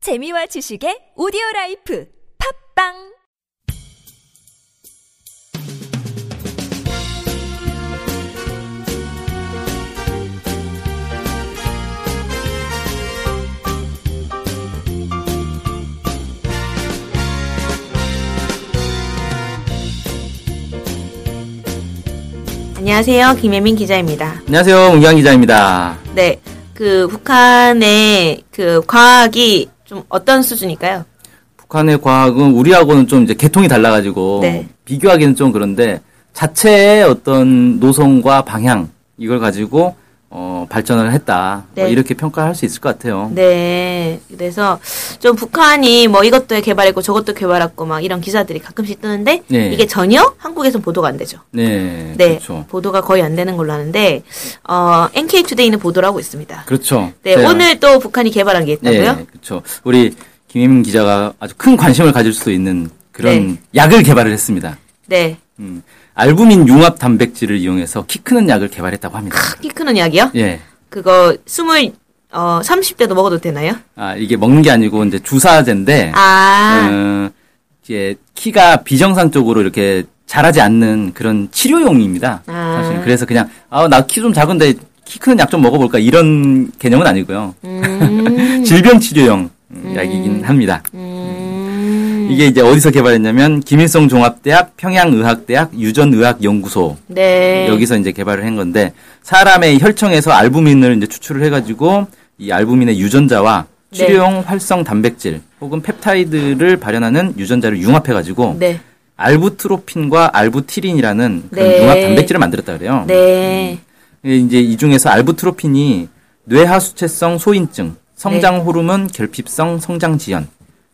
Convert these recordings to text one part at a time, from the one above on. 재미와 지식의 오디오 라이프 팝빵 안녕하세요. 김혜민 기자입니다. 안녕하세요, 문경 기자입니다. 네. 그 북한의 그 과학이 좀 어떤 수준일까요? 북한의 과학은 우리하고는 좀 이제 계통이 달라가지고 네. 비교하기는 좀 그런데 자체의 어떤 노선과 방향 이걸 가지고 어, 발전을 했다. 뭐 네. 이렇게 평가할 수 있을 것 같아요. 네. 그래서 좀 북한이 뭐 이것도 개발했고 저것도 개발했고 막 이런 기사들이 가끔씩 뜨는데 네. 이게 전혀 한국에선 보도가 안 되죠. 네, 네. 그렇죠. 보도가 거의 안 되는 걸로 아는데 어, NK투데이는 보도를 하고 있습니다. 그렇죠. 네. 제가- 오늘 또 북한이 개발한 게 있다고요? 네, 그렇죠. 우리 김혜민 기자가 아주 큰 관심을 가질 수도 있는 그런 네. 약을 개발을 했습니다. 네. 음, 알부민 융합 단백질을 이용해서 키 크는 약을 개발했다고 합니다. 키 크는 약이요? 예. 그거 스물 어 30대도 먹어도 되나요? 아, 이게 먹는 게 아니고 이제 주사제인데 아. 어, 이제 키가 비정상 쪽으로 이렇게 자라지 않는 그런 치료용입니다. 아. 사실 그래서 그냥 아 나 키 좀 작은데 키 크는 약 좀 먹어볼까 이런 개념은 아니고요. 음. 질병 치료용 음, 약이긴 합니다. 음. 이게 이제 어디서 개발했냐면 김일성 종합대학 평양의학대학 유전의학연구소 네. 여기서 이제 개발을 한 건데 사람의 혈청에서 알부민을 이제 추출을 해가지고 이 알부민의 유전자와 네. 치료용 활성 단백질 혹은 펩타이드를 발현하는 유전자를 융합해가지고 네. 알부트로핀과 알부티린이라는 그런 네. 융합 단백질을 만들었다 그래요. 네. 이제 이 중에서 알부트로핀이 뇌하수체성 소인증, 네. 성장 호르몬 결핍성 성장 지연,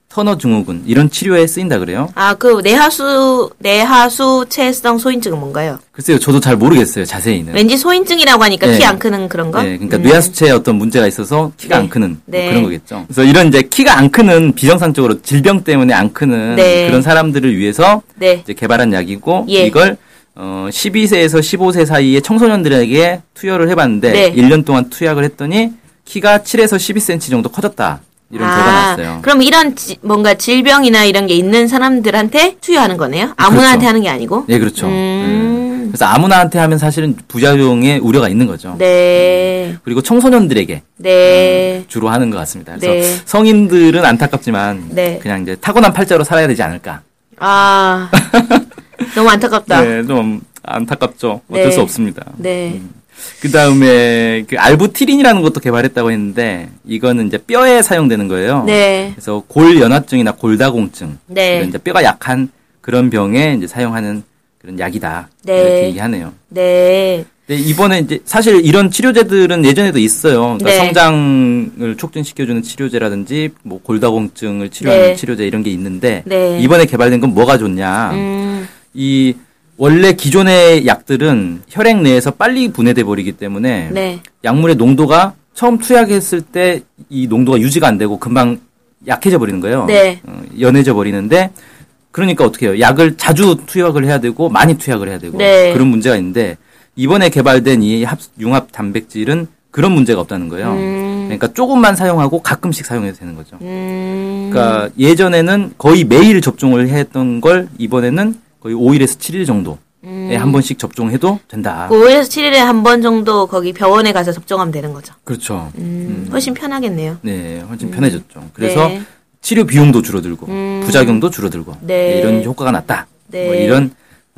터너 증후군 이런 치료에 쓰인다 그래요. 아, 그 내하수 내하수 체성 소인증은 뭔가요? 글쎄요, 저도 잘 모르겠어요 자세히는. 왠지 소인증이라고 하니까 네. 키 안 크는 그런 거? 네, 그러니까 음. 뇌하수체에 어떤 문제가 있어서 키가 네. 안 크는 뭐 네. 그런 거겠죠. 그래서 이런 이제 키가 안 크는 비정상적으로 질병 때문에 안 크는 네. 그런 사람들을 위해서 네. 이제 개발한 약이고 예. 이걸 어 12세에서 15세 사이의 청소년들에게 투여를 해봤는데 네. 1년 동안 투약을 했더니 키가 7에서 12cm 정도 커졌다 이런 아, 결과 났어요. 그럼 이런 지- 뭔가 질병이나 이런 게 있는 사람들한테 투여하는 거네요? 아무나한테 그렇죠. 하는 게 아니고? 예, 그렇죠. 음. 음. 그래서 아무나한테 하면 사실은 부작용의 우려가 있는 거죠. 네. 그리고 청소년들에게 네. 주로 하는 것 같습니다. 그래서 네. 성인들은 안타깝지만 네. 그냥 이제 타고난 팔자로 살아야 되지 않을까. 아. 너무 안타깝다. 음. 네, 좀 안타깝죠. 네. 어쩔 수 없습니다. 네. 그다음에 그 알부티린이라는 것도 개발했다고 했는데 이거는 이제 뼈에 사용되는 거예요. 네. 그래서 골연화증이나 골다공증 네. 이런 이제 뼈가 약한 그런 병에 이제 사용하는 그런 약이다 네. 이렇게 얘기하네요. 네. 근데 이번에 이제 사실 이런 치료제들은 예전에도 있어요. 그러니까 네. 성장을 촉진시켜주는 치료제라든지 뭐 골다공증을 치료하는 네. 치료제 이런 게 있는데 네. 이번에 개발된 건 뭐가 좋냐? 음. 이 원래 기존의 약들은 혈액 내에서 빨리 분해돼 버리기 때문에 네. 약물의 농도가 처음 투약했을 때 이 농도가 유지가 안 되고 금방 약해져 버리는 거예요. 네. 어, 연해져 버리는데 그러니까 어떻게 해요? 약을 자주 투약을 해야 되고 많이 투약을 해야 되고 네. 그런 문제가 있는데 이번에 개발된 이 합, 융합 단백질은 그런 문제가 없다는 거예요. 그러니까 조금만 사용하고 가끔씩 사용해도 되는 거죠. 음. 그러니까 예전에는 거의 매일 접종을 했던 걸 이번에는 거의 5일에서 7일 정도에 음. 한 번씩 접종해도 된다. 5에서 그 7일에 한 번 정도 거기 병원에 가서 접종하면 되는 거죠. 그렇죠. 음, 훨씬 편하겠네요. 네, 훨씬 편해졌죠. 그래서 음. 네. 음. 치료 비용도 줄어들고 부작용도 줄어들고 네. 네, 이런 효과가 났다. 네. 뭐 이런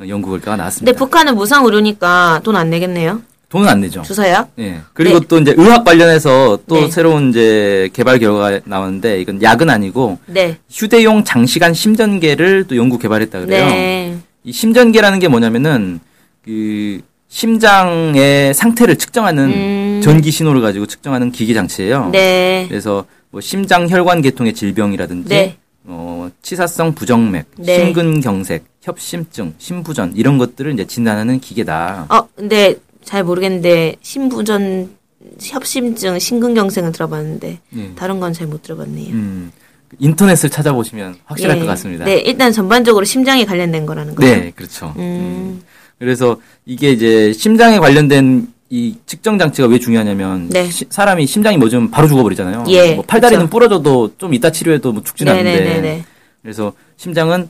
연구 결과가 근데 나왔습니다. 북한은 무상 의료니까 돈 안 내겠네요. 돈은 안 내죠. 주사약? 예. 그리고 네. 또 이제 의학 관련해서 또 네. 새로운 이제 개발 결과가 나왔는데 이건 약은 아니고 네. 휴대용 장시간 심전계를 또 연구 개발했다 그래요. 네. 이 심전계라는 게 뭐냐면은 그 심장의 상태를 측정하는 음. 전기 신호를 가지고 측정하는 기기 어. 장치예요. 네. 그래서 뭐 심장 혈관 계통의 질병이라든지 네. 어, 치사성 부정맥, 네. 심근경색, 협심증, 심부전 이런 것들을 이제 진단하는 기계다. 어, 근데 잘 모르겠는데 신부전 협심증, 심근경색은 들어봤는데 네. 다른 건 잘 못 들어봤네요. 음, 인터넷을 찾아보시면 확실할 예. 것 같습니다. 네, 음. 일단 전반적으로 심장에 관련된 거라는 거죠. 네, 그렇죠. 음. 그래서 이게 이제 심장에 관련된 이 측정 장치가 왜 중요하냐면 네. 시- 사람이 심장이 멎으면 바로 죽어버리잖아요. 예, 뭐 팔다리는 그쵸. 부러져도 좀 이따 치료해도 뭐 죽진 않는데 음. 네네네네. 그래서 심장은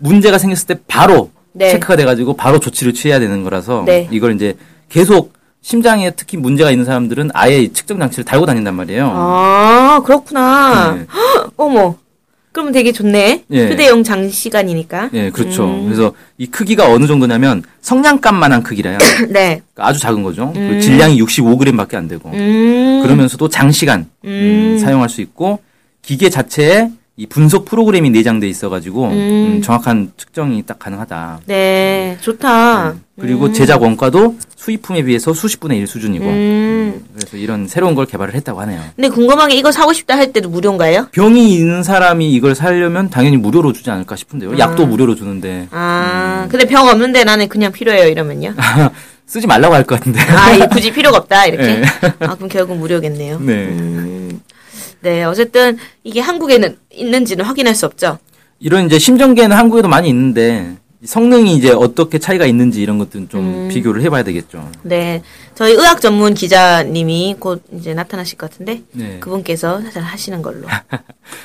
문제가 생겼을 때 바로 네. 체크가 돼가지고 바로 조치를 취해야 되는 거라서 네. 이걸 이제 계속 심장에 특히 문제가 있는 사람들은 아예 이 측정 장치를 달고 다닌단 말이에요. 아, 그렇구나. 네. 어머. 그럼 되게 좋네. 예. 휴대용 장시간이니까. 예, 그렇죠. 음. 그래서 이 크기가 어느 정도냐면 성냥감만한 크기라요. 그러니까 네. 아주 작은 거죠. 그리고 질량이 65g밖에 안 되고 음. 그러면서도 장시간 음, 사용할 수 있고 기계 자체에 이 분석 프로그램이 내장돼 있어가지고 음, 정확한 측정이 딱 가능하다. 네. 좋다. 그리고 제작 원가도 수입품에 비해서 수십 분의 일 수준이고 음. 그래서 이런 새로운 걸 개발을 했다고 하네요. 근데 궁금한 게 이거 사고 싶다 할 때도 무료인가요? 병이 있는 사람이 이걸 사려면 당연히 무료로 주지 않을까 싶은데요. 음. 약도 무료로 주는데 음. 아, 근데 병 없는데 나는 그냥 필요해요 이러면요. 쓰지 말라고 할 것 같은데. 아, 이 굳이 필요가 없다 이렇게. 예. 아, 그럼 결국 무료겠네요. 네. 네, 어쨌든 이게 한국에는 있는지는 확인할 수 없죠. 이런 이제 심전계는 한국에도 많이 있는데 성능이 이제 어떻게 차이가 있는지 이런 것들은 음. 좀 비교를 해봐야 되겠죠. 네, 저희 의학 전문 기자님이 곧 이제 나타나실 것 같은데 네. 그분께서 잘 하시는 걸로.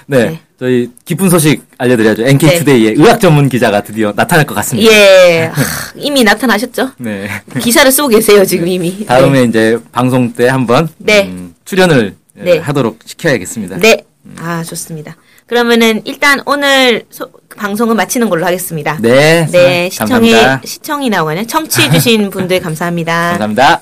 네, 네. 저희 기쁜 소식 알려드려야죠. NK투데이의 의학 전문 기자가 드디어 나타날 것 같습니다. 예, 하, 이미 나타나셨죠? 네, 기사를 쓰고 계세요 지금 이미. 다음에 이제 방송 때 한번 네. 음, 출연을 예, 네. 하도록 시켜야겠습니다. 네. 네. 아, 좋습니다. 그러면은 일단 오늘 소- 방송은 마치는 걸로 하겠습니다. 네, 네, 시청이 감사합니다. 시청이 나오가요 청취해 주신 분들 감사합니다. 감사합니다.